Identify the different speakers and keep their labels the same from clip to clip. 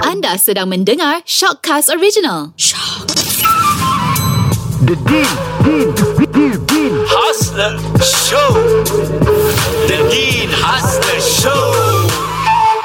Speaker 1: Anda sedang mendengar Shockcast Original.
Speaker 2: The Deal Deal Deal Deal
Speaker 3: Hustler Show The Dean Hustler Show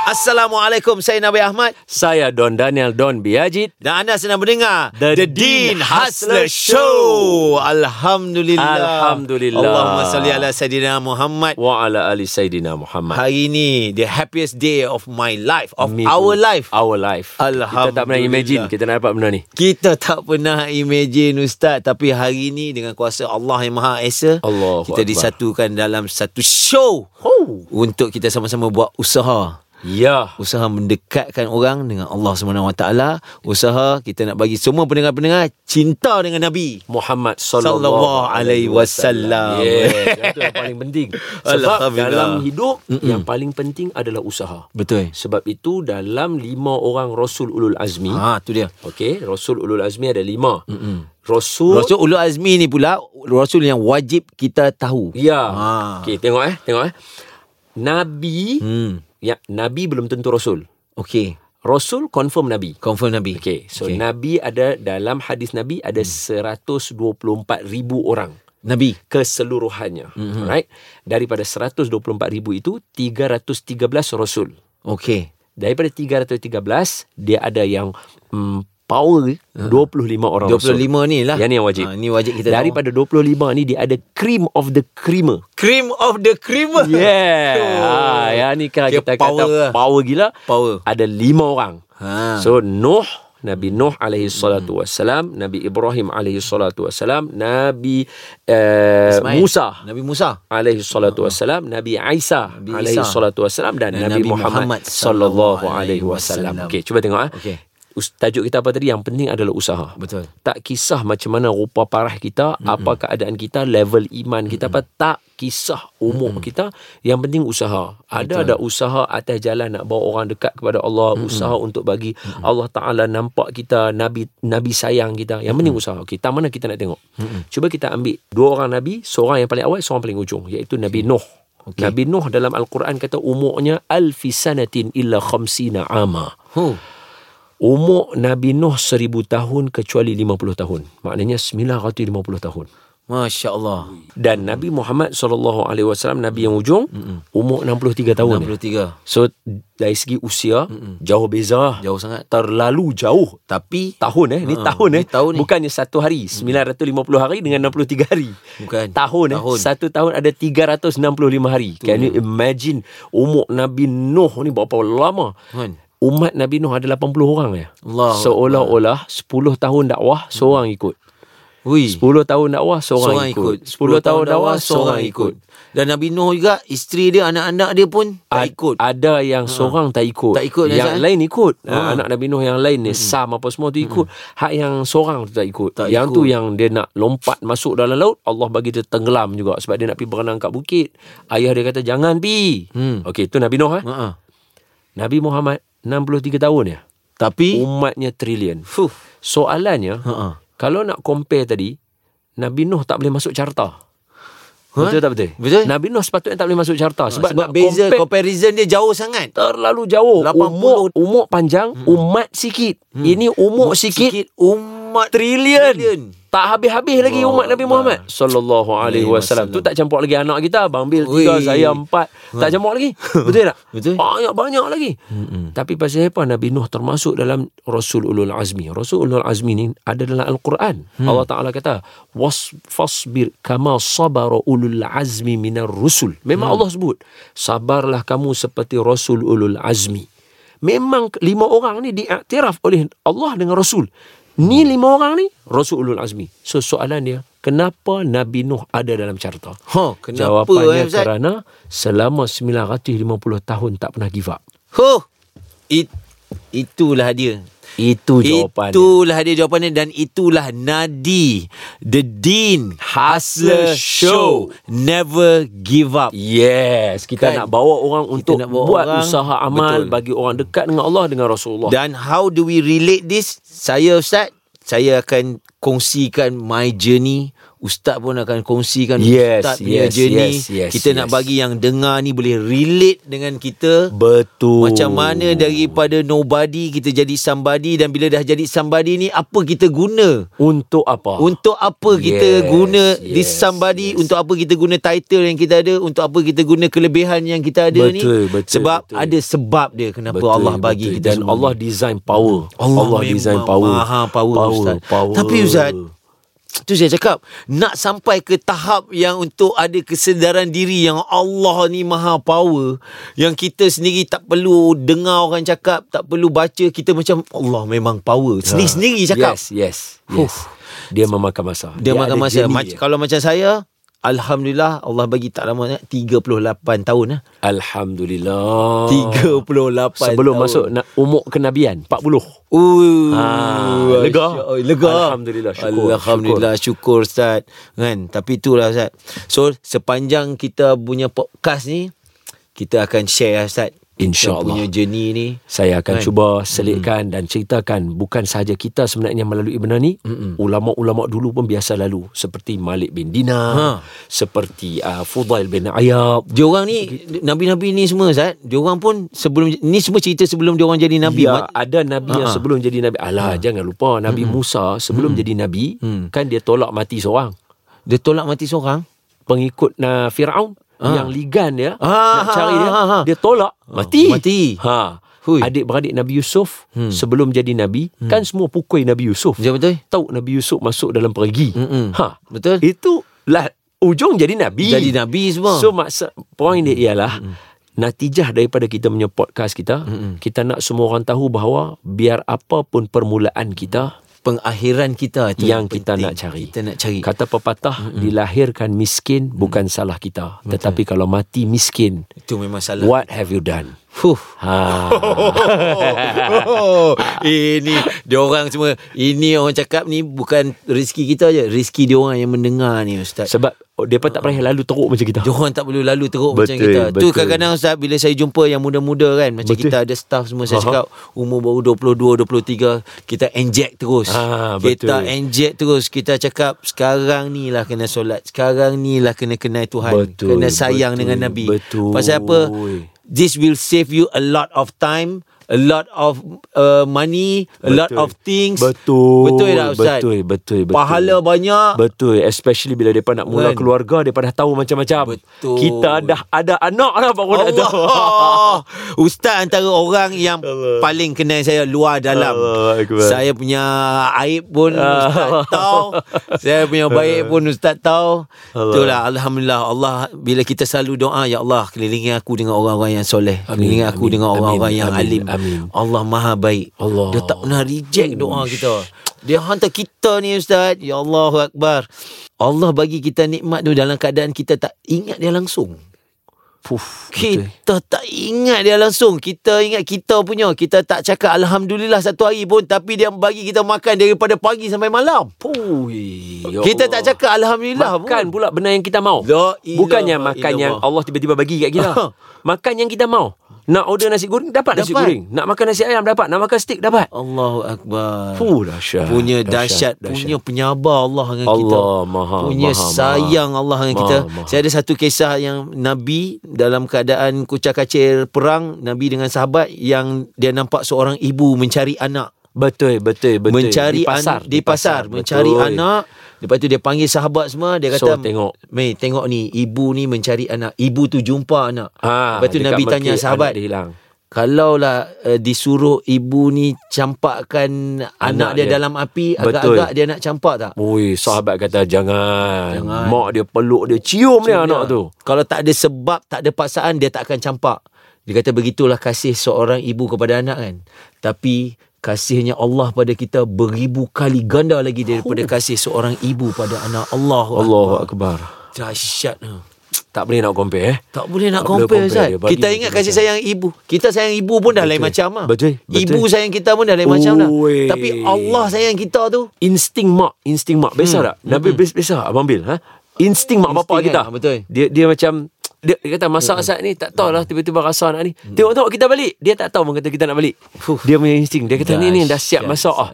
Speaker 4: Assalamualaikum, saya Nabi Ahmad
Speaker 3: Saya Don Daniel Don Biajit
Speaker 4: dan anda sedang mendengar
Speaker 3: The Dean Hustler Show.
Speaker 4: Alhamdulillah.
Speaker 3: Alhamdulillah.
Speaker 4: Allahumma salli ala Sayyidina Muhammad.
Speaker 3: Wa ala ali Sayyidina Muhammad
Speaker 4: Hari ini the happiest day of my life, of
Speaker 3: Me
Speaker 4: our
Speaker 3: too.
Speaker 4: life.
Speaker 3: Our life Kita tak pernah
Speaker 4: Alhamdulillah.
Speaker 3: imagine Kita nak dapat benda ni
Speaker 4: Kita tak pernah imagine Ustaz Tapi hari ini dengan kuasa Allah yang Maha Esa
Speaker 3: Allahu
Speaker 4: Kita
Speaker 3: Akbar.
Speaker 4: disatukan dalam satu show
Speaker 3: Oh.
Speaker 4: Untuk kita sama-sama buat usaha
Speaker 3: Ya
Speaker 4: usaha mendekatkan orang dengan Allah SWT usaha kita nak bagi semua pendengar-pendengar cinta dengan Nabi
Speaker 3: Muhammad
Speaker 4: Sallallahu
Speaker 3: sallallahu
Speaker 4: alaihi
Speaker 3: alaihi
Speaker 4: wasallam.
Speaker 3: wasallam. Yes, itu yang paling penting. Sebab
Speaker 4: Alhamdulillah.
Speaker 3: dalam hidup Mm-mm. yang paling penting adalah usaha.
Speaker 4: betul
Speaker 3: Sebab itu dalam lima orang Rasul Ulul Azmi,
Speaker 4: ha tu dia
Speaker 3: okey, Rasul Ulul Azmi ada lima. Mm-mm. Rasul
Speaker 4: Rasul Ulu Azmi ni pula Rasul yang wajib kita tahu
Speaker 3: Ya.
Speaker 4: Ha.
Speaker 3: Ha. Okey, tengok eh, tengok eh. Nabi, hmm.
Speaker 4: hmm
Speaker 3: ya, Nabi belum tentu Rasul.
Speaker 4: okey
Speaker 3: Rasul confirm Nabi.
Speaker 4: confirm Nabi
Speaker 3: Okey, so
Speaker 4: Okey.
Speaker 3: okay. Nabi ada dalam hadis Nabi ada hmm. 124 ribu orang
Speaker 4: Nabi
Speaker 3: keseluruhannya. Mm-hmm.
Speaker 4: Hmm.
Speaker 3: Right? Daripada 124 ribu itu 313 Rasul.
Speaker 4: okey
Speaker 3: Daripada 313 dia ada yang mm, power
Speaker 4: Ha.
Speaker 3: 25 orang
Speaker 4: 25
Speaker 3: Rasul.
Speaker 4: ni lah
Speaker 3: Oh, Yang ni yang wajib.
Speaker 4: ha, Ni wajib kita
Speaker 3: Daripada 25 ni dia ada cream of the creamer.
Speaker 4: tahu Cream of the creamer
Speaker 3: Yeah.
Speaker 4: Oh.
Speaker 3: Ha, yang ni kalau
Speaker 4: Dia
Speaker 3: kita
Speaker 4: power lah.
Speaker 3: kata power gila.
Speaker 4: Power.
Speaker 3: Ada lima orang.
Speaker 4: Ha.
Speaker 3: So Nuh, Nabi Nuh alaihi
Speaker 4: Hmm.
Speaker 3: salatu wassalam, Nabi Ibrahim alaihi salatu wassalam, Nabi uh,
Speaker 4: Ismail.
Speaker 3: Musa
Speaker 4: Nabi Musa
Speaker 3: alaihi salatu wassalam, Nabi Isa
Speaker 4: Nabi
Speaker 3: alaihi
Speaker 4: Isa.
Speaker 3: salatu wassalam dan,
Speaker 4: Dan
Speaker 3: Nabi,
Speaker 4: Nabi Muhammad
Speaker 3: Muhammad, sallallahu alaihi wasallam. Okey, cuba tengok ah.
Speaker 4: Okey.
Speaker 3: Us- Tajuk kita apa tadi? Yang penting adalah usaha.
Speaker 4: Betul.
Speaker 3: Tak kisah macam mana rupa parah kita, mm-hmm. apa keadaan kita, level iman kita mm-hmm. apa, tak kisah umur mm-hmm. kita, yang penting usaha. Ada Betul. ada usaha atas jalan nak bawa orang dekat kepada Allah, mm-hmm. usaha untuk bagi mm-hmm. Allah Taala nampak kita, nabi nabi sayang kita. Yang penting mm-hmm. usaha. Okey, tak mana kita nak tengok. Mm-hmm. Cuba kita ambil dua orang nabi, seorang yang paling awal, seorang paling ujung, iaitu Nabi Nuh. Okay. Nabi Nuh dalam Al-Quran kata umurnya alfisanatin illa khamsina ama.
Speaker 4: huh.
Speaker 3: Umur Nabi Nuh seribu tahun kecuali lima puluh tahun. Maknanya sembilan ratus lima puluh tahun.
Speaker 4: Masya Allah
Speaker 3: Dan Nabi Muhammad sallallahu alaihi wasallam Nabi yang ujung umur 63 tahun.
Speaker 4: 63
Speaker 3: So dari segi usia Mm-mm. jauh beza.
Speaker 4: Jauh sangat
Speaker 3: Terlalu jauh.
Speaker 4: Tapi
Speaker 3: Tahun eh, ni
Speaker 4: Ha,
Speaker 3: tahun
Speaker 4: ni
Speaker 3: eh.
Speaker 4: tahun ni.
Speaker 3: Bukannya satu hari, 950 hari dengan 63 hari.
Speaker 4: Bukan.
Speaker 3: Tahun eh.
Speaker 4: Tahun.
Speaker 3: Satu tahun ada 365 hari. Can you imagine umur Nabi Nuh ni berapa lama?
Speaker 4: Kan.
Speaker 3: umat Nabi Nuh ada 80 orang ya.
Speaker 4: Allah
Speaker 3: Seolah-olah 10 tahun dakwah seorang ikut.
Speaker 4: Ui
Speaker 3: 10 tahun dakwah seorang,
Speaker 4: seorang ikut.
Speaker 3: ikut. 10 tahun dakwah seorang ikut.
Speaker 4: Dan Nabi Nuh juga isteri dia, anak-anak dia pun tak
Speaker 3: Ad-
Speaker 4: ikut. Ha.
Speaker 3: Ada yang seorang tak ikut.
Speaker 4: Tak ikut, eh?
Speaker 3: Yang
Speaker 4: Nazan.
Speaker 3: lain ikut. Ha. Anak Nabi Nuh yang lain ni Sam apa semua tu ikut. Hak yang seorang tu tak ikut.
Speaker 4: Hmm. Tak ikut.
Speaker 3: yang tu yang dia nak lompat masuk dalam laut, Allah bagi dia tenggelam juga sebab dia nak pergi berenang kat bukit. Ayah dia kata jangan pi.
Speaker 4: Hmm.
Speaker 3: Okey, tu Nabi Nuh eh.
Speaker 4: Ha-ha.
Speaker 3: Nabi Muhammad 63 tahun ya.
Speaker 4: Tapi
Speaker 3: Umatnya trilion.
Speaker 4: fuh.
Speaker 3: Soalannya
Speaker 4: Ha-ha.
Speaker 3: Kalau nak compare tadi Nabi Nuh tak boleh masuk carta Betul tak betul?
Speaker 4: Betul.
Speaker 3: Nabi Nuh sepatutnya tak boleh masuk carta Sebab,
Speaker 4: Sebab,
Speaker 3: nak
Speaker 4: beza
Speaker 3: compare
Speaker 4: comparison dia jauh sangat.
Speaker 3: Terlalu jauh
Speaker 4: 80.
Speaker 3: Umur, umur panjang hmm. Umat sikit hmm. Ini umur sikit, sikit
Speaker 4: umat Trilion.
Speaker 3: Trilion Tak habis-habis lagi
Speaker 4: Allah
Speaker 3: umat Nabi
Speaker 4: Allah.
Speaker 3: Muhammad Sallallahu alaihi wasallam Tu tak campur lagi anak kita Abang Bil tiga
Speaker 4: Ui.
Speaker 3: Saya empat Tak campur lagi Betul tak?
Speaker 4: Betul.
Speaker 3: Banyak-banyak lagi Tapi pasal apa Nabi Nuh termasuk dalam Rasul Ulul Azmi Rasul Ulul Azmi ni Ada dalam Al-Quran Allah Ta'ala kata Was Fasbir kama sabara ulul azmi minar rusul Memang Allah sebut Sabarlah kamu seperti Rasul Ulul Azmi Memang lima orang ni diiktiraf oleh Allah dengan Rasul. Ni lima orang ni Rasulul Azmi. So soalan dia, kenapa Nabi Nuh ada dalam carta?
Speaker 4: Ha, kenapa, eh,
Speaker 3: Jawapannya
Speaker 4: Ustaz?
Speaker 3: kerana selama 950 tahun tak pernah give up.
Speaker 4: Huh. It, itulah dia.
Speaker 3: Itu jawapannya.
Speaker 4: Itulah dia jawapannya dan itulah nadi The Dean Hustler Show Never give up
Speaker 3: Yes, kita
Speaker 4: Kan?
Speaker 3: nak bawa orang untuk
Speaker 4: nak bawa
Speaker 3: buat
Speaker 4: orang.
Speaker 3: usaha amal
Speaker 4: Betul.
Speaker 3: bagi orang dekat dengan Allah dengan Rasulullah.
Speaker 4: Dan how do we relate this? Saya Ustaz, saya akan kongsikan my journey ustaz pun akan kongsikan
Speaker 3: Yes,
Speaker 4: ustaz punya
Speaker 3: yes,
Speaker 4: journey.
Speaker 3: yes, yes,
Speaker 4: kita nak
Speaker 3: yes.
Speaker 4: bagi yang dengar ni boleh relate dengan kita.
Speaker 3: Betul.
Speaker 4: Macam mana daripada nobody kita jadi somebody dan bila dah jadi somebody ni apa kita guna?
Speaker 3: Untuk apa?
Speaker 4: Untuk apa kita
Speaker 3: Oh. Yes,
Speaker 4: guna this
Speaker 3: yes,
Speaker 4: somebody
Speaker 3: yes.
Speaker 4: Untuk apa kita guna title yang kita ada Untuk apa kita guna kelebihan yang kita ada ni
Speaker 3: Betul, betul,
Speaker 4: Sebab
Speaker 3: betul.
Speaker 4: ada sebab dia Kenapa
Speaker 3: Betul,
Speaker 4: Allah bagi
Speaker 3: betul.
Speaker 4: kita
Speaker 3: dan
Speaker 4: semua
Speaker 3: Allah
Speaker 4: ni.
Speaker 3: design power.
Speaker 4: Allah memang
Speaker 3: design power.
Speaker 4: maha power, Ustaz.
Speaker 3: power.
Speaker 4: Tapi, Ustaz, Tu saya cakap Nak sampai ke tahap yang untuk ada kesedaran diri Yang Allah ni maha power Yang kita sendiri tak perlu dengar orang cakap Tak perlu baca Kita macam Allah memang power Sendiri-sendiri cakap
Speaker 3: Ya. Yes, yes.
Speaker 4: Huh.
Speaker 3: yes. Dia memakan masa.
Speaker 4: Dia makan
Speaker 3: ada
Speaker 4: masa
Speaker 3: journey
Speaker 4: Mac- Kalau macam saya Alhamdulillah Allah bagi tak lama sangat, 38 tahun lah
Speaker 3: Alhamdulillah.
Speaker 4: 38
Speaker 3: Oh. Sebelum
Speaker 4: tahun.
Speaker 3: masuk nak umur kenabian 40.
Speaker 4: Uh,
Speaker 3: Ah, lega?
Speaker 4: Lega
Speaker 3: Alhamdulillah, syukur,
Speaker 4: Alhamdulillah syukur, Ustaz kan? Tapi itulah Ustaz So sepanjang kita punya podcast ni Kita akan share ya, Ustaz Kita
Speaker 3: InsyaAllah.
Speaker 4: punya journey ni
Speaker 3: Saya akan
Speaker 4: Kan?
Speaker 3: cuba selitkan
Speaker 4: Hmm.
Speaker 3: dan ceritakan bukan sahaja kita sebenarnya melalui benda ni ulama-ulama dulu pun biasa lalu seperti Malik bin Dinar
Speaker 4: Ha.
Speaker 3: seperti uh, Fudail bin Iyad
Speaker 4: Diorang ni Nabi-Nabi ni semua Ustaz Diorang pun sebelum Ni semua cerita sebelum diorang jadi Nabi
Speaker 3: Ya,
Speaker 4: Mat-
Speaker 3: ada nabi yang
Speaker 4: Ha. Hmm.
Speaker 3: sebelum jadi nabi. Alah, jangan lupa Nabi Musa sebelum jadi nabi kan dia tolak mati seorang.
Speaker 4: Dia tolak mati seorang
Speaker 3: Pengikut uh, Firaun
Speaker 4: Ha.
Speaker 3: yang ligan dia
Speaker 4: Ah,
Speaker 3: nak cari dia,
Speaker 4: ha, ha, ha.
Speaker 3: dia tolak mati.
Speaker 4: mati.
Speaker 3: Ha.
Speaker 4: Hui. Hmm.
Speaker 3: Adik-beradik Nabi Yusuf sebelum jadi nabi kan semua pukul Nabi Yusuf.
Speaker 4: Ya betul
Speaker 3: Tahu Nabi Yusuf masuk dalam pergi.
Speaker 4: Mm-mm.
Speaker 3: Ha.
Speaker 4: Betul
Speaker 3: Itu lah ujung jadi nabi.
Speaker 4: Jadi Nabi semua
Speaker 3: So maksud point dia ialah natijah daripada kita punya podcast kita, mm kita nak semua orang tahu bahawa biar apa pun permulaan kita
Speaker 4: pengakhiran kita tu
Speaker 3: yang
Speaker 4: penting.
Speaker 3: kita nak cari.
Speaker 4: Kita nak cari. Mm.
Speaker 3: Kata pepatah dilahirkan miskin bukan salah kita, tetapi kalau mati miskin,
Speaker 4: Itu memang salah.
Speaker 3: what have you done?
Speaker 4: Fuh.
Speaker 3: Ha.
Speaker 4: Oh, ini dia orang semua ini orang cakap ni bukan rezeki kita je, rezeki dia orang yang mendengar ni ustaz.
Speaker 3: Sebab oh, depa tak pernah lalu teruk macam kita.
Speaker 4: Dia orang tak perlu lalu teruk macam
Speaker 3: Betul,
Speaker 4: kita. Tu
Speaker 3: betul.
Speaker 4: kadang-kadang ustaz bila saya jumpa yang muda-muda kan macam
Speaker 3: Betul.
Speaker 4: kita ada staff semua saya
Speaker 3: Aha.
Speaker 4: cakap umur baru 22 23 kita inject terus.
Speaker 3: Ah,
Speaker 4: kita
Speaker 3: betul.
Speaker 4: inject terus kita cakap sekarang ni lah kena solat, sekarang ni lah kena kenal Tuhan,
Speaker 3: Betul,
Speaker 4: kena sayang
Speaker 3: betul,
Speaker 4: dengan Nabi.
Speaker 3: betul.
Speaker 4: Pasal apa? This will save you a lot of time, a lot of uh, money, a lot
Speaker 3: Betul.
Speaker 4: of things.
Speaker 3: Betul.
Speaker 4: Betul tak Ustaz?
Speaker 3: Betul, betul, betul.
Speaker 4: Pahala banyak.
Speaker 3: Betul Especially bila mereka nak mula
Speaker 4: Kan?
Speaker 3: keluarga Mereka dah tahu macam-macam
Speaker 4: Betul.
Speaker 3: Kita dah ada anak dah Baru nak tahu
Speaker 4: Allah. Ustaz antara orang yang Allah. paling kenal saya luar dalam.
Speaker 3: Allah Akbar.
Speaker 4: Saya punya aib pun Ustaz tahu. Saya punya baik pun Ustaz tahu. Itulah Alhamdulillah Allah bila kita selalu doa Ya Allah kelilingi aku dengan orang-orang yang soleh.
Speaker 3: Amin,
Speaker 4: Kelilingi aku
Speaker 3: amin,
Speaker 4: dengan orang-orang
Speaker 3: amin,
Speaker 4: yang
Speaker 3: amin,
Speaker 4: alim.
Speaker 3: amin.
Speaker 4: Allah maha baik.
Speaker 3: Allah.
Speaker 4: Dia tak pernah reject doa kita. Dia hantar kita ni Ustaz. Ya Allah Akbar. Allah bagi kita nikmat tu dalam keadaan kita tak ingat dia langsung.
Speaker 3: Puf, betul.
Speaker 4: Kita tak ingat dia langsung. Kita ingat kita punya. Kita tak cakap Alhamdulillah satu hari pun. Tapi dia bagi kita makan daripada pagi sampai malam.
Speaker 3: Pui, ya
Speaker 4: kita
Speaker 3: Allah.
Speaker 4: tak cakap Alhamdulillah
Speaker 3: Makan
Speaker 4: pun.
Speaker 3: pula benda yang kita mau
Speaker 4: La ilaha
Speaker 3: Bukannya makan
Speaker 4: illallah.
Speaker 3: yang Allah tiba-tiba bagi kat kita Makan yang kita mau Nak order nasi goreng Ah. Dapat, nasi
Speaker 4: Dapat.
Speaker 3: goreng Nak makan nasi ayam Dapat Nak makan steak Dapat
Speaker 4: Allahu Akbar.
Speaker 3: Fuh, dahsyat.
Speaker 4: Punya
Speaker 3: Dahsyat,
Speaker 4: dahsyat,
Speaker 3: dahsyat.
Speaker 4: Punya penyabar Allah dengan kita.
Speaker 3: Allah maha
Speaker 4: Punya
Speaker 3: maha,
Speaker 4: sayang
Speaker 3: maha.
Speaker 4: Allah dengan
Speaker 3: Maha,
Speaker 4: kita.
Speaker 3: maha.
Speaker 4: Saya ada satu kisah yang Nabi dalam keadaan kucak kacir perang. Nabi dengan sahabat yang dia nampak seorang ibu mencari anak.
Speaker 3: Betul betul betul
Speaker 4: mencari di pasar, an- di pasar, mencari
Speaker 3: betul.
Speaker 4: anak lepas tu dia panggil sahabat semua dia
Speaker 3: So,
Speaker 4: kata
Speaker 3: tengok.
Speaker 4: mei tengok ni ibu ni mencari anak ibu tu jumpa anak
Speaker 3: ha,
Speaker 4: lepas tu
Speaker 3: dekat
Speaker 4: nabi
Speaker 3: Mekah,
Speaker 4: tanya sahabat
Speaker 3: anak dia hilang
Speaker 4: kalaulah uh, disuruh ibu ni campakkan anak, anak dia,
Speaker 3: dia.
Speaker 4: dalam api
Speaker 3: Betul.
Speaker 4: agak-agak dia nak campak tak
Speaker 3: Ui, sahabat kata jangan.
Speaker 4: Jangan.
Speaker 3: jangan. Mak dia peluk dia, cium, dia anak tu.
Speaker 4: kalau tak ada sebab tak ada paksaan dia tak akan campak dia kata begitulah kasih seorang ibu kepada anak kan tapi kasihnya Allah pada kita beribu kali ganda lagi daripada kasih seorang ibu pada anak Allah
Speaker 3: Oh. Allahu akbar.
Speaker 4: Dahsyat tu.
Speaker 3: Tak boleh nak compare eh.
Speaker 4: Tak boleh nak
Speaker 3: Tak boleh
Speaker 4: compare
Speaker 3: compare
Speaker 4: Ustaz
Speaker 3: dia. Bagi
Speaker 4: Kita ingat
Speaker 3: macam-macam.
Speaker 4: kasih sayang ibu Kita sayang ibu pun dah lain macam lah
Speaker 3: Betul, betul.
Speaker 4: Ibu sayang kita pun dah lain macam dah
Speaker 3: Ui.
Speaker 4: Tapi Allah sayang kita tu
Speaker 3: Insting mak, insting mak. Biasa tak? Nabi biasa, biasa Abang Bil, ha? Insting mak
Speaker 4: Hmm.
Speaker 3: bapak
Speaker 4: Insting
Speaker 3: kita.
Speaker 4: kan, betul. Hmm,
Speaker 3: Dia dia macam dia, dia kata masa saat ni tak tahulah tiba-tiba rasa anak ni. Tengok-tengok kita balik. Dia tak tahu pun kata kita nak balik. Dia punya insting. Dia kata ni ni dah
Speaker 4: Dahsyat.
Speaker 3: siap
Speaker 4: Hmm.
Speaker 3: masak ah.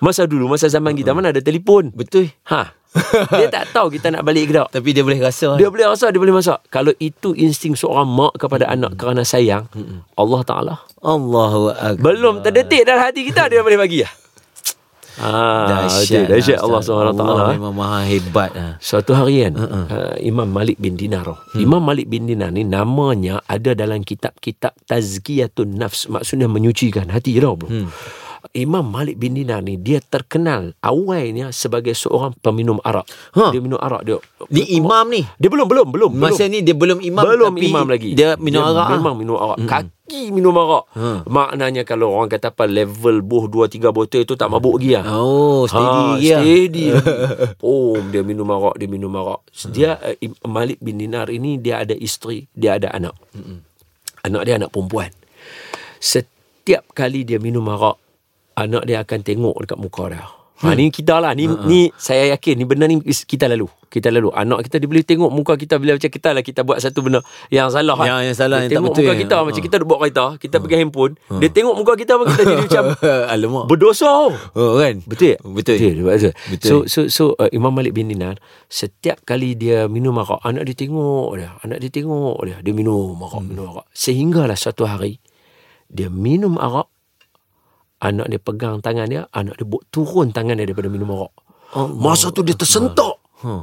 Speaker 3: Masa dulu, masa zaman kita mana ada telefon.
Speaker 4: Betul
Speaker 3: Ha. Dia tak tahu kita nak balik ke tak.
Speaker 4: Tapi dia boleh rasa lah.
Speaker 3: Dia boleh rasa, dia boleh masak. Kalau itu insting seorang mak kepada
Speaker 4: Hmm.
Speaker 3: anak kerana sayang, Allah Ta'ala.
Speaker 4: Allahu akbar.
Speaker 3: Belum terdetik dalam hati kita, dia boleh bagi lah. Ah,
Speaker 4: Dahsyat. lah,
Speaker 3: betul. dahsyat Allah
Speaker 4: Ustaz.
Speaker 3: SWT.
Speaker 4: Allah memang maha hebat. ah.
Speaker 3: ah. Suatu hari kan uh-uh. uh, Imam Malik bin Dinar hmm. Imam Malik bin Dinar ni Namanya ada dalam kitab-kitab Tazkiyatun Nafs Maksudnya menyucikan hati tau bro hmm. Imam Malik bin Dinar ni Dia terkenal Awalnya sebagai seorang peminum arak
Speaker 4: Ha.
Speaker 3: Dia minum arak dia
Speaker 4: Ni imam ni.
Speaker 3: Dia belum, belum, belum
Speaker 4: Masa
Speaker 3: belum.
Speaker 4: ni dia belum imam
Speaker 3: belum
Speaker 4: tapi
Speaker 3: imam lagi
Speaker 4: Dia minum arak. ah.
Speaker 3: memang minum arak hmm. Kaki minum arak
Speaker 4: Hmm.
Speaker 3: Maknanya kalau orang kata apa Level boh 2-3 botol tu tak mabuk lagi lah
Speaker 4: Oh, steady
Speaker 3: ha,
Speaker 4: dia.
Speaker 3: Steady lagi. Oh, dia minum arak, dia minum arak. Dia uh, Im- Malik bin Dinar ini dia ada isteri, dia ada anak.
Speaker 4: Hmm.
Speaker 3: Anak dia anak perempuan. Setiap kali dia minum arak, anak dia akan tengok dekat muka dia. Ha,
Speaker 4: Hmm.
Speaker 3: ni kita lah ni, ni saya yakin ni benda ni is- kita lalu kita lalu anak kita dia boleh tengok muka kita bila macam kita lah kita buat satu benda yang salah kan.
Speaker 4: Ya, Yang- yang salah,
Speaker 3: dia
Speaker 4: yang tak
Speaker 3: tengok
Speaker 4: betul
Speaker 3: muka
Speaker 4: yang-
Speaker 3: kita macam
Speaker 4: ha.
Speaker 3: kita duduk bawa kereta kita pergi handphone dia tengok muka kita pun kita jadi macam
Speaker 4: Alamak.
Speaker 3: berdosa tau.
Speaker 4: oh, kan?
Speaker 3: Betul?
Speaker 4: Betul.
Speaker 3: Betul. Betul.
Speaker 4: Betul.
Speaker 3: So so so uh, Imam Malik bin Dinar setiap kali dia minum arak anak dia tengok dia, anak dia tengok dia, dia minum arak, hmm. minum arak. Sehinggalah suatu hari dia minum arak anak dia pegang tangan dia, anak dia buat turun tangan dia daripada minum arak. Masa tu dia tersentak.
Speaker 4: Oh, Ha.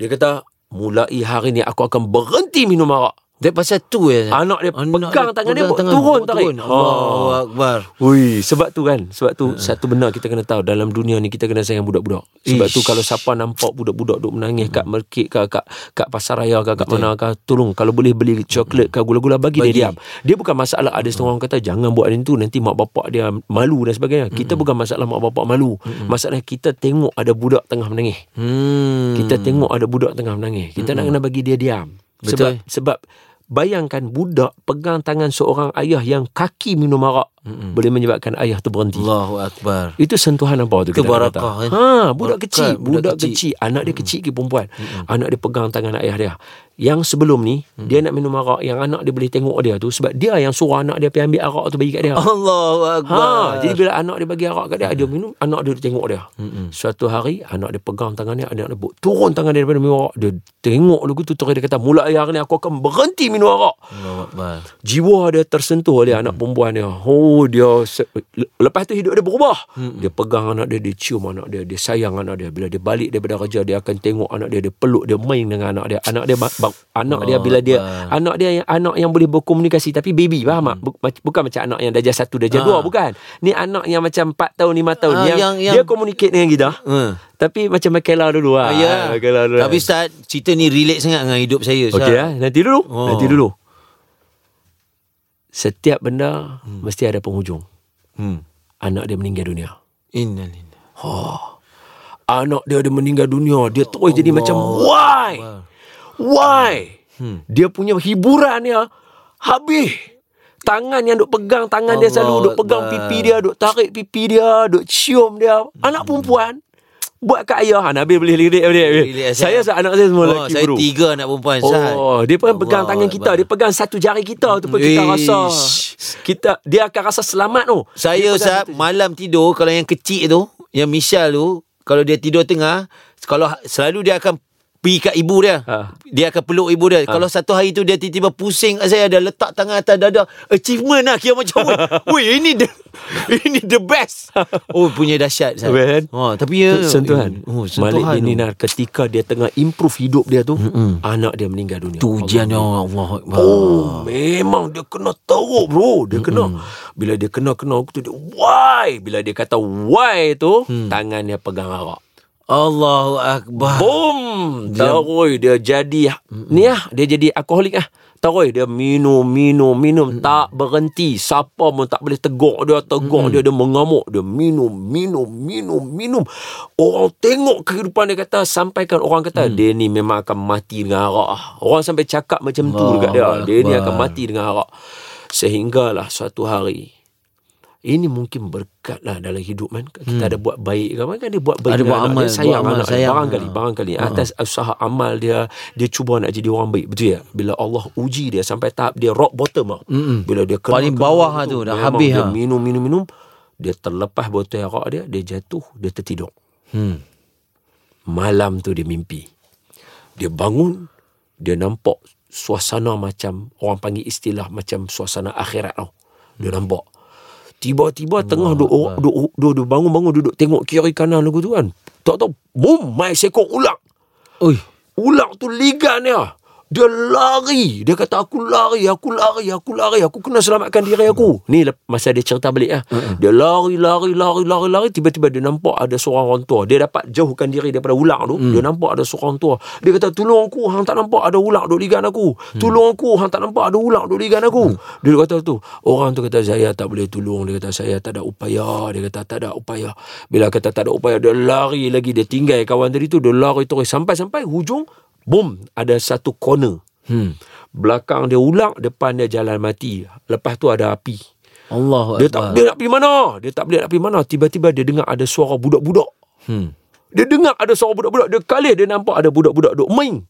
Speaker 3: Dia kata, "Mulai hari ni aku akan berhenti minum arak."
Speaker 4: Dia pasal tu ya.
Speaker 3: Anak dia Ah, pegang tangan dia, buat
Speaker 4: pegang
Speaker 3: turun
Speaker 4: buat
Speaker 3: tarik.
Speaker 4: Allahu
Speaker 3: Ha.
Speaker 4: akbar.
Speaker 3: Ui, sebab tu kan, sebab tu satu benda kita kena tahu dalam dunia ni kita kena sayang budak-budak. Sebab
Speaker 4: Ish.
Speaker 3: tu kalau siapa nampak budak-budak duk menangis kat market ke kat kat pasar raya ke kat mana ke, tolong kalau boleh beli coklat ke gula-gula bagi,
Speaker 4: Bagi.
Speaker 3: dia diam. Dia bukan masalah ada setengah orang kata jangan buat macam tu nanti mak bapak dia malu dan sebagainya. Kita bukan masalah mak bapak malu. Masalah kita tengok ada budak tengah menangis.
Speaker 4: Hmm.
Speaker 3: Kita tengok ada budak tengah menangis. Kita nak kena bagi dia diam. Sebab
Speaker 4: Betul.
Speaker 3: sebab bayangkan budak pegang tangan seorang ayah yang kaki minum arak
Speaker 4: Hmm.
Speaker 3: mm boleh menyebabkan ayah tu berhenti. Allah.
Speaker 4: Allahu akbar.
Speaker 3: Itu sentuhan apa tu
Speaker 4: Itu
Speaker 3: kita nak
Speaker 4: barakah,
Speaker 3: kata?
Speaker 4: kan?
Speaker 3: Ha, budak
Speaker 4: Barakah,
Speaker 3: kecil,
Speaker 4: budak
Speaker 3: budak
Speaker 4: kecil. Hmm.
Speaker 3: kecil, anak dia kecil ke perempuan. Anak dia pegang tangan ayah dia. Yang sebelum ni
Speaker 4: Hmm.
Speaker 3: dia nak minum arak, yang anak dia boleh tengok dia tu sebab dia yang suruh anak dia pergi ambil arak tu bagi kat
Speaker 4: Oh,
Speaker 3: dia.
Speaker 4: Allahu akbar.
Speaker 3: Ha, jadi bila anak dia bagi arak kat dia, dia minum, anak dia tengok dia. Mm-hmm. Suatu hari, anak dia pegang tangan dia, anak dia buat turun tangan dia daripada minum arak. Dia tengok lagu tu, terus dia kata, mulai hari ni aku akan berhenti minum arak.
Speaker 4: Allahu akbar.
Speaker 3: Jiwa dia tersentuh oleh anak
Speaker 4: Hmm.
Speaker 3: perempuan dia. Oh, dia se- le- lepas tu hidup dia berubah.
Speaker 4: Hmm.
Speaker 3: Mm-hmm. Dia pegang anak dia, dia cium anak dia, dia sayang anak dia. Bila dia balik daripada kerja, dia akan tengok anak dia, dia peluk, dia main dengan anak dia. Anak dia ba- ba- anak dia bila dia anak dia yang anak yang boleh berkomunikasi tapi baby faham
Speaker 4: Hmm.
Speaker 3: tak? Buk- mac- Bukan macam anak yang darjah satu, darjah dua, bukan. Ni anak yang macam 4 tahun, 5 tahun
Speaker 4: Ah,
Speaker 3: yang,
Speaker 4: yang-
Speaker 3: yang,
Speaker 4: yang-
Speaker 3: dia communicate dengan kita.
Speaker 4: Hmm.
Speaker 3: Tapi macam Makela dulu lah.
Speaker 4: ya.
Speaker 3: Makela dulu.
Speaker 4: Tapi Ustaz, cerita ni relate sangat dengan hidup saya Ustaz.
Speaker 3: Okey lah. Nanti dulu.
Speaker 4: Oh.
Speaker 3: Oh. Nanti dulu. Setiap benda hmm. mesti ada penghujung.
Speaker 4: Hmm.
Speaker 3: Anak dia meninggal dunia.
Speaker 4: Innalillah.
Speaker 3: Anak dia dia meninggal dunia. Dia terus jadi macam why? Why? Hmm. Dia punya hiburannya habis. Tangan yang duk pegang tangan dia selalu duk
Speaker 4: Allahu
Speaker 3: pegang
Speaker 4: Akbar.
Speaker 3: pipi dia, duk tarik pipi dia, duk cium dia. Anak perempuan buat kat ayah. Ha, Nabil boleh lirik boleh.
Speaker 4: Relate, Ustaz.
Speaker 3: Eh, Saya anak saya semua
Speaker 4: Oh,
Speaker 3: lelaki
Speaker 4: saya
Speaker 3: bro.
Speaker 4: tiga anak perempuan Ustaz.
Speaker 3: Oh, dia pun pegang
Speaker 4: Allah
Speaker 3: tangan kita,
Speaker 4: Akbar.
Speaker 3: dia pegang satu jari kita tu pun kita
Speaker 4: Ish.
Speaker 3: rasa kita dia akan rasa selamat tu.
Speaker 4: Saya
Speaker 3: Dia pegang
Speaker 4: Ustaz
Speaker 3: satu-
Speaker 4: malam tidur kalau yang kecil tu, yang Michelle tu, kalau dia tidur tengah, kalau ha, selalu dia akan pergi kat ibu dia.
Speaker 3: Ha.
Speaker 4: Dia akan peluk ibu dia. Kalau satu hari tu dia tiba-tiba pusing kat saya dia letak tangan atas dada. Achievement lah kira macam weh. Weh ini the ini the best. Oh punya dahsyat Ustaz.
Speaker 3: Kan?
Speaker 4: Oh, tapi ya
Speaker 3: Tu sentuhan.
Speaker 4: Oh,
Speaker 3: Malik
Speaker 4: sentuhan.
Speaker 3: bin Dinar ketika dia tengah improve hidup dia tu, Mm-mm. anak dia meninggal dunia.
Speaker 4: tu ujian ya Allah Akbar.
Speaker 3: Oh, memang dia kena teruk bro. Dia kena. Bila dia kena kena aku tu dia why? Bila dia kata why tu,
Speaker 4: Hmm.
Speaker 3: tangan dia pegang arak.
Speaker 4: Allahu Akbar.
Speaker 3: Boom Teroi dia jadi Ni lah Dia jadi alkoholik lah Teroi dia minum Minum Minum Tak berhenti Siapa pun tak boleh tegur dia Tegur dia Dia mengamuk Dia minum Minum Minum Minum Orang tengok kehidupan dia kata Sampaikan
Speaker 4: Mm.
Speaker 3: orang kata Dia ni memang akan mati dengan arak ah." Orang sampai cakap macam tu dekat dia
Speaker 4: Allahu
Speaker 3: Dia ni akan
Speaker 4: Akbar.
Speaker 3: mati dengan arak Sehinggalah suatu hari ini mungkin berkat lah dalam hidup kan kita hmm. ada buat baik ke apa kan dia buat baik
Speaker 4: Ada
Speaker 3: dengan
Speaker 4: buat
Speaker 3: anak
Speaker 4: amal,
Speaker 3: dia sayang
Speaker 4: buat amal,
Speaker 3: anak dia.
Speaker 4: sayang. Ah.
Speaker 3: barangkali barangkali atas usaha amal dia dia cuba nak jadi orang baik betul ya bila Allah uji dia sampai tahap dia rock bottom ah bila dia kena,
Speaker 4: Paling
Speaker 3: kena
Speaker 4: bawah
Speaker 3: begitu,
Speaker 4: tu, dah
Speaker 3: memang
Speaker 4: habis
Speaker 3: dia
Speaker 4: ah.
Speaker 3: minum minum minum dia terlepas botol arak dia dia jatuh dia tertidur
Speaker 4: Hmm.
Speaker 3: Malam tu dia mimpi. Dia bangun, dia nampak suasana macam orang panggil istilah macam suasana akhirat tau. Dia
Speaker 4: Hmm.
Speaker 3: nampak. Tiba-tiba tengah duk duk duk, duk bangun-bangun duduk tengok kiri kanan lagu tu kan. Tak tahu boom mai sekong ulang.
Speaker 4: Oi.
Speaker 3: Ulang tu ligan dia. Dia lari. Dia kata aku lari, aku lari, aku lari. Aku kena selamatkan diri aku. Ni lep- masa dia cerita balik lah. Dia lari, lari, lari, lari, lari. Tiba-tiba dia nampak ada seorang orang tua. Dia dapat jauhkan diri daripada ulang tu. Dia nampak ada seorang tua. Dia kata tolong aku. Hang tak nampak ada ulang duk ligan aku. Tolong aku. Hang tak nampak ada ulang duk ligan aku. Dia kata tu. Orang tu kata saya tak boleh tolong. Dia kata saya tak ada upaya. Dia kata tak ada upaya. Bila kata tak ada upaya. Dia lari lagi. Dia tinggal kawan tadi tu. Dia lari terus. Sampai-sampai hujung Boom, ada satu corner. Hmm. Belakang dia ulang, depan dia jalan mati. Lepas tu ada api.
Speaker 4: Allahu
Speaker 3: Dia tak dia nak pergi mana? Dia tak boleh nak pergi mana. Tiba-tiba dia dengar ada suara budak-budak.
Speaker 4: Hmm.
Speaker 3: Dia dengar ada suara budak-budak. Dia kalih dia nampak ada budak-budak duk main.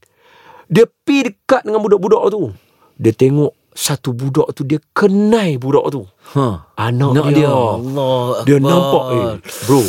Speaker 3: Dia pi dekat dengan budak-budak tu. Dia tengok satu budak tu dia kenai budak tu.
Speaker 4: Ha.
Speaker 3: Anak,
Speaker 4: Anak
Speaker 3: dia.
Speaker 4: dia. Allahu
Speaker 3: Dia
Speaker 4: Akbar.
Speaker 3: nampak eh, Bro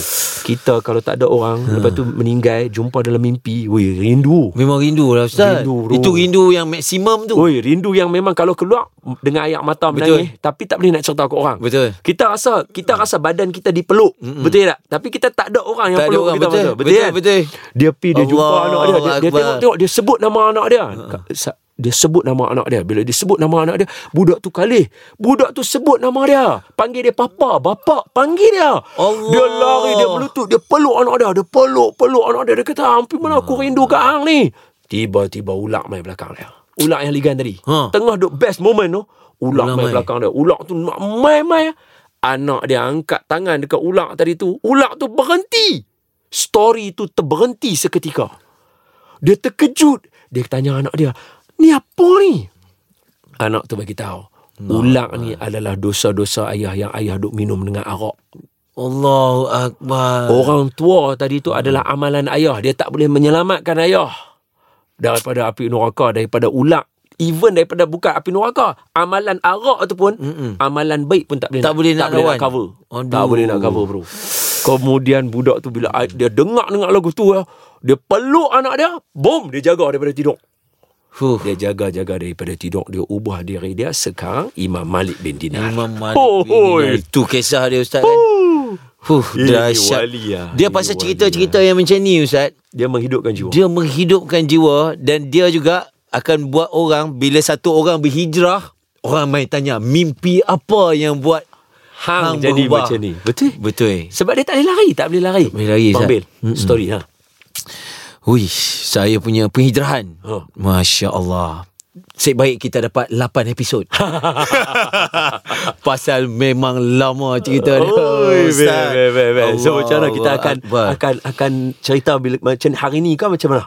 Speaker 3: Kita kalau tak ada orang
Speaker 4: Ha.
Speaker 3: Lepas tu meninggal Jumpa dalam mimpi Weh rindu
Speaker 4: Memang rindu lah Ustaz.
Speaker 3: Rindu, bro.
Speaker 4: Itu rindu yang maksimum tu.
Speaker 3: Oi, rindu yang memang kalau keluar dengan air mata
Speaker 4: Betul.
Speaker 3: menangis tapi tak boleh nak cerita ke orang.
Speaker 4: Betul. Hmm.
Speaker 3: Kita rasa kita rasa badan kita dipeluk. Mm-mm. Betul tak? Tapi kita tak ada orang yang
Speaker 4: Tak ada
Speaker 3: peluk
Speaker 4: orang,
Speaker 3: kita
Speaker 4: betul.
Speaker 3: masa.
Speaker 4: Betul,
Speaker 3: kan?
Speaker 4: betul.
Speaker 3: Dia pi dia jumpa
Speaker 4: Allah
Speaker 3: anak dia, dia, dia
Speaker 4: Akbar. Ha.
Speaker 3: tengok-tengok dia sebut nama anak dia. Ka- sa- Dia sebut nama anak dia. Bila dia sebut nama anak dia, budak tu kalih. Budak tu sebut nama dia. Panggil dia papa, bapak, panggil dia.
Speaker 4: Allah.
Speaker 3: Dia lari, dia berlutut, dia peluk anak dia. Dia peluk, peluk anak dia. Dia kata, "Ampi mana aku rindu kat hang ni." Tiba-tiba ular main belakang dia. Ular yang ligan tadi.
Speaker 4: Ha.
Speaker 3: Tengah duk best moment tu Ular
Speaker 4: Ular
Speaker 3: main,
Speaker 4: main.
Speaker 3: belakang dia Ular tu nak main-main Anak dia angkat tangan dekat ular tadi tu Ular tu berhenti Story tu terberhenti seketika Dia terkejut Dia tanya anak dia Ni apa ni? Anak tu bagi tahu Ular ni adalah dosa-dosa ayah yang ayah duk minum dengan arak.
Speaker 4: Allahu Akbar.
Speaker 3: Orang tua tadi tu adalah amalan ayah. Dia tak boleh menyelamatkan ayah daripada api neraka, daripada ular. Even daripada bukan api neraka. Amalan arak tu pun, Mm-mm. amalan baik pun tak boleh
Speaker 4: Tak boleh nak
Speaker 3: tak boleh nak
Speaker 4: lawan.
Speaker 3: cover. Tak
Speaker 4: Aduh.
Speaker 3: boleh nak cover bro. Kemudian budak tu bila a- dia dengar-dengar lagu tu, eh, dia peluk anak dia, boom, dia jaga daripada tidur.
Speaker 4: Fuh.
Speaker 3: Dia jaga-jaga daripada tidur. Dia ubah diri dia sekarang Imam Malik bin Dinar.
Speaker 4: Imam Malik
Speaker 3: Oh,
Speaker 4: bin Dinar.
Speaker 3: oi.
Speaker 4: Itu kisah dia Ustaz kan. Huh,
Speaker 3: Ini
Speaker 4: dahsyat.
Speaker 3: wali lah.
Speaker 4: Dia
Speaker 3: Ini
Speaker 4: pasal
Speaker 3: wali ya.
Speaker 4: cerita-cerita yang macam ni Ustaz.
Speaker 3: Dia menghidupkan jiwa.
Speaker 4: Dia menghidupkan jiwa dan dia juga akan buat orang bila satu orang berhijrah, orang main tanya mimpi apa yang buat
Speaker 3: hang,
Speaker 4: hang
Speaker 3: jadi
Speaker 4: berubah.
Speaker 3: macam ni. Betul?
Speaker 4: Betul.
Speaker 3: Sebab dia tak boleh lari, tak boleh lari. Tak
Speaker 4: boleh lari, Zat.
Speaker 3: story ha.
Speaker 4: Hui, saya punya penghijrahan.
Speaker 3: Ha.
Speaker 4: Masya Allah. Sik baik kita dapat 8 episod. Pasal memang lama cerita dia.
Speaker 3: Oi, be,
Speaker 4: Ustaz.
Speaker 3: be, be, be. So macam mana kita
Speaker 4: Allahu
Speaker 3: akan
Speaker 4: Akbar.
Speaker 3: akan akan cerita bila macam hari ni ke macam mana?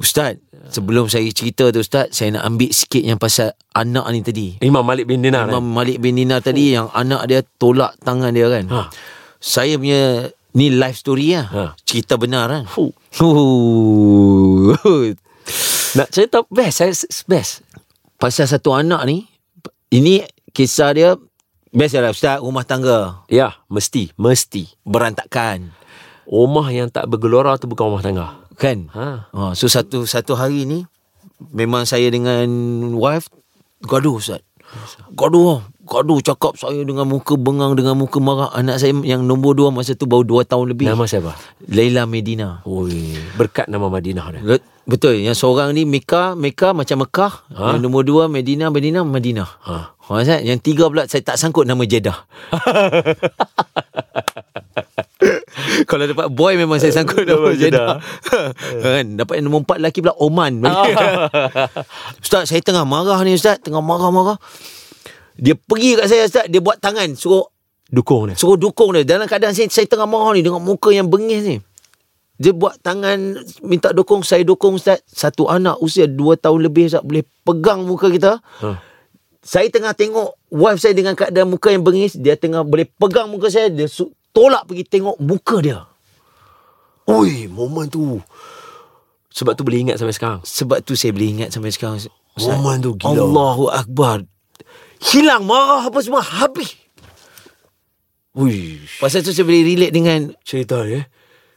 Speaker 4: Ustaz, sebelum saya cerita tu Ustaz, saya nak ambil sikit yang pasal anak ni tadi.
Speaker 3: Imam Malik bin Dinar. eh.
Speaker 4: Imam Malik bin Dinar tadi yang anak dia tolak tangan dia kan.
Speaker 3: Ha.
Speaker 4: Saya punya ni life story lah.
Speaker 3: Ha.
Speaker 4: Cerita benar kan.
Speaker 3: Fu.
Speaker 4: Huh.
Speaker 3: Nak cerita best, saya s- best.
Speaker 4: Pasal satu anak ni, ini kisah dia biasalah Ustaz rumah tangga
Speaker 3: Ya, mesti, mesti.
Speaker 4: berantakan
Speaker 3: Rumah yang tak bergelora tu bukan rumah tangga.
Speaker 4: kan.
Speaker 3: Ha.
Speaker 4: Ha, so satu satu hari ni memang saya dengan wife gaduh Ustaz. Gaduh. ah. Gaduh cakap saya dengan muka bengang dengan muka marah. Anak saya yang nombor dua masa tu baru dua tahun lebih.
Speaker 3: Nama siapa?
Speaker 4: Laila Medina.
Speaker 3: Oi, berkat nama Madinah dia.
Speaker 4: Le- Betul. Yang seorang ni Meka, Meka macam Mekah. Ha? Yang nombor dua Medina, Medina, Madinah.
Speaker 3: Ha.
Speaker 4: Ha, Ustaz. Yang tiga pula saya tak sangkut nama Jeddah. Kalau dapat boy memang saya sangkut nama
Speaker 3: Nama Jeddah.
Speaker 4: Jeddah. Ah. kan? Dapat yang nombor empat lelaki pula Oman. Ustaz, saya tengah marah ni Ustaz. Tengah marah-marah. Dia pergi kat saya Ustaz. Dia buat tangan suruh
Speaker 3: Dukung dia.
Speaker 4: Suruh dukung dia Dalam keadaan saya, saya tengah marah ni Dengan muka yang bengis ni Dia buat tangan Minta dukung Saya dukung Ustaz Satu anak usia 2 tahun lebih Ustaz Boleh pegang muka kita
Speaker 3: Ha.
Speaker 4: Saya tengah tengok Wife saya dengan keadaan muka yang bengis Dia tengah boleh pegang muka saya Dia su- tolak pergi tengok muka dia
Speaker 3: Oi, momen tu. Sebab tu boleh ingat sampai sekarang.
Speaker 4: Sebab tu saya boleh ingat sampai sekarang Ustaz.
Speaker 3: Momen tu gila.
Speaker 4: Allahu Akbar Hilang marah apa semua Habis
Speaker 3: Ui,
Speaker 4: Pasal tu saya boleh relate dengan
Speaker 3: cerita dia. eh.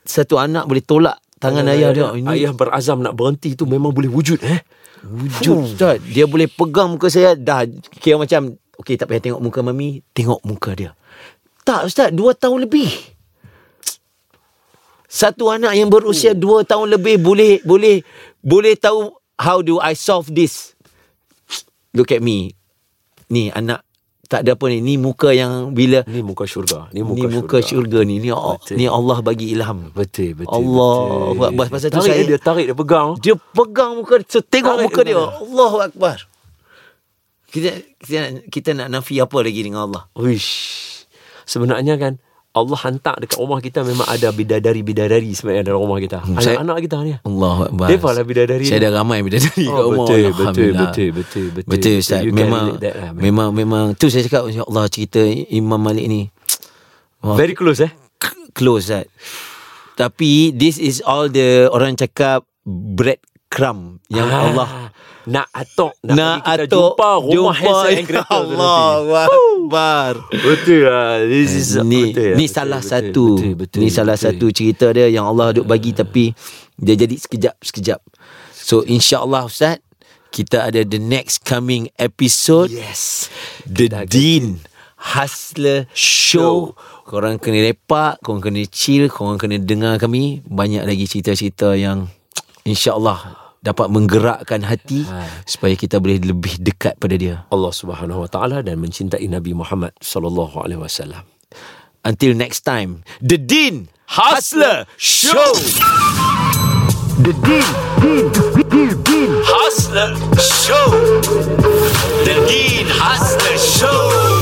Speaker 4: Satu anak boleh tolak tangan ayah dia ini
Speaker 3: Ayah berazam nak berhenti tu memang boleh wujud eh.
Speaker 4: wujud Ustaz. Dia boleh pegang muka saya dah kira macam okey tak payah tengok muka mami, tengok muka dia. Tak Ustaz, dua tahun lebih. Satu anak yang berusia
Speaker 3: Hmm.
Speaker 4: dua tahun lebih boleh boleh boleh tahu how do I solve this. Look at me. Ni anak tak ada apa ni. Ni muka yang bila
Speaker 3: Ni muka syurga. Ni
Speaker 4: ni
Speaker 3: muka,
Speaker 4: muka syurga, ni ni, Allah-
Speaker 3: Betul.
Speaker 4: ni Allah bagi ilham.
Speaker 3: Betul betul.
Speaker 4: Allah
Speaker 3: betul.
Speaker 4: Akbar. pasal tu
Speaker 3: tarik
Speaker 4: saya
Speaker 3: dia, dia tarik dia pegang.
Speaker 4: dia pegang muka dia. So tengok
Speaker 3: Tarik
Speaker 4: muka dia.
Speaker 3: tangan
Speaker 4: Allahu akbar. Kita kita nak, kita nak nafi apa lagi dengan Allah?
Speaker 3: Uish. Sebenarnya kan Allah hantar dekat rumah kita memang ada bidadari-bidadari sebenarnya dalam rumah kita.
Speaker 4: Hmm, saya-
Speaker 3: Anak-anak kita ni.
Speaker 4: Allahu akbar.
Speaker 3: Dia pula bidadari
Speaker 4: Saya
Speaker 3: ni.
Speaker 4: dah ramai bidadari kat
Speaker 3: Oh,
Speaker 4: rumah.
Speaker 3: betul, betul,
Speaker 4: Alhamdulillah.
Speaker 3: betul, betul, betul.
Speaker 4: Betul Ustaz.
Speaker 3: You can
Speaker 4: memang
Speaker 3: relate that lah, man.
Speaker 4: memang memang tu saya cakap ya Allah cerita Imam Malik ni Wah.
Speaker 3: Very close eh.
Speaker 4: close Ustaz. Tapi this is all the orang cakap bread crumb yang
Speaker 3: Ah,
Speaker 4: Allah
Speaker 3: nak atok nak,
Speaker 4: nak
Speaker 3: bagi kita
Speaker 4: atuk
Speaker 3: jumpa rumah Hansel and
Speaker 4: ya
Speaker 3: Gretel tu nanti.
Speaker 4: Allah akbar.
Speaker 3: Betul lah. This is
Speaker 4: Eh, ni
Speaker 3: betul,
Speaker 4: ni
Speaker 3: betul,
Speaker 4: salah
Speaker 3: betul,
Speaker 4: satu
Speaker 3: betul, betul,
Speaker 4: ni salah
Speaker 3: betul. Ah.
Speaker 4: satu cerita dia yang Allah duk bagi tapi dia jadi sekejap sekejap so insyaallah ustaz kita ada the next coming episode
Speaker 3: Yes.
Speaker 4: the
Speaker 3: Kita akan-
Speaker 4: dean hustler show korang kena lepak korang kena chill korang kena dengar kami banyak lagi cerita-cerita yang insyaallah dapat menggerakkan hati
Speaker 3: Ah.
Speaker 4: supaya kita boleh lebih dekat pada dia
Speaker 3: Allah Subhanahu Wa Taala dan mencintai Nabi Muhammad sallallahu alaihi wasallam.
Speaker 4: Until next time, The Dean Hustler Show.
Speaker 2: The Dean, Dean, Dean, Dean.
Speaker 4: Hustler Show. The Dean Hustler Show.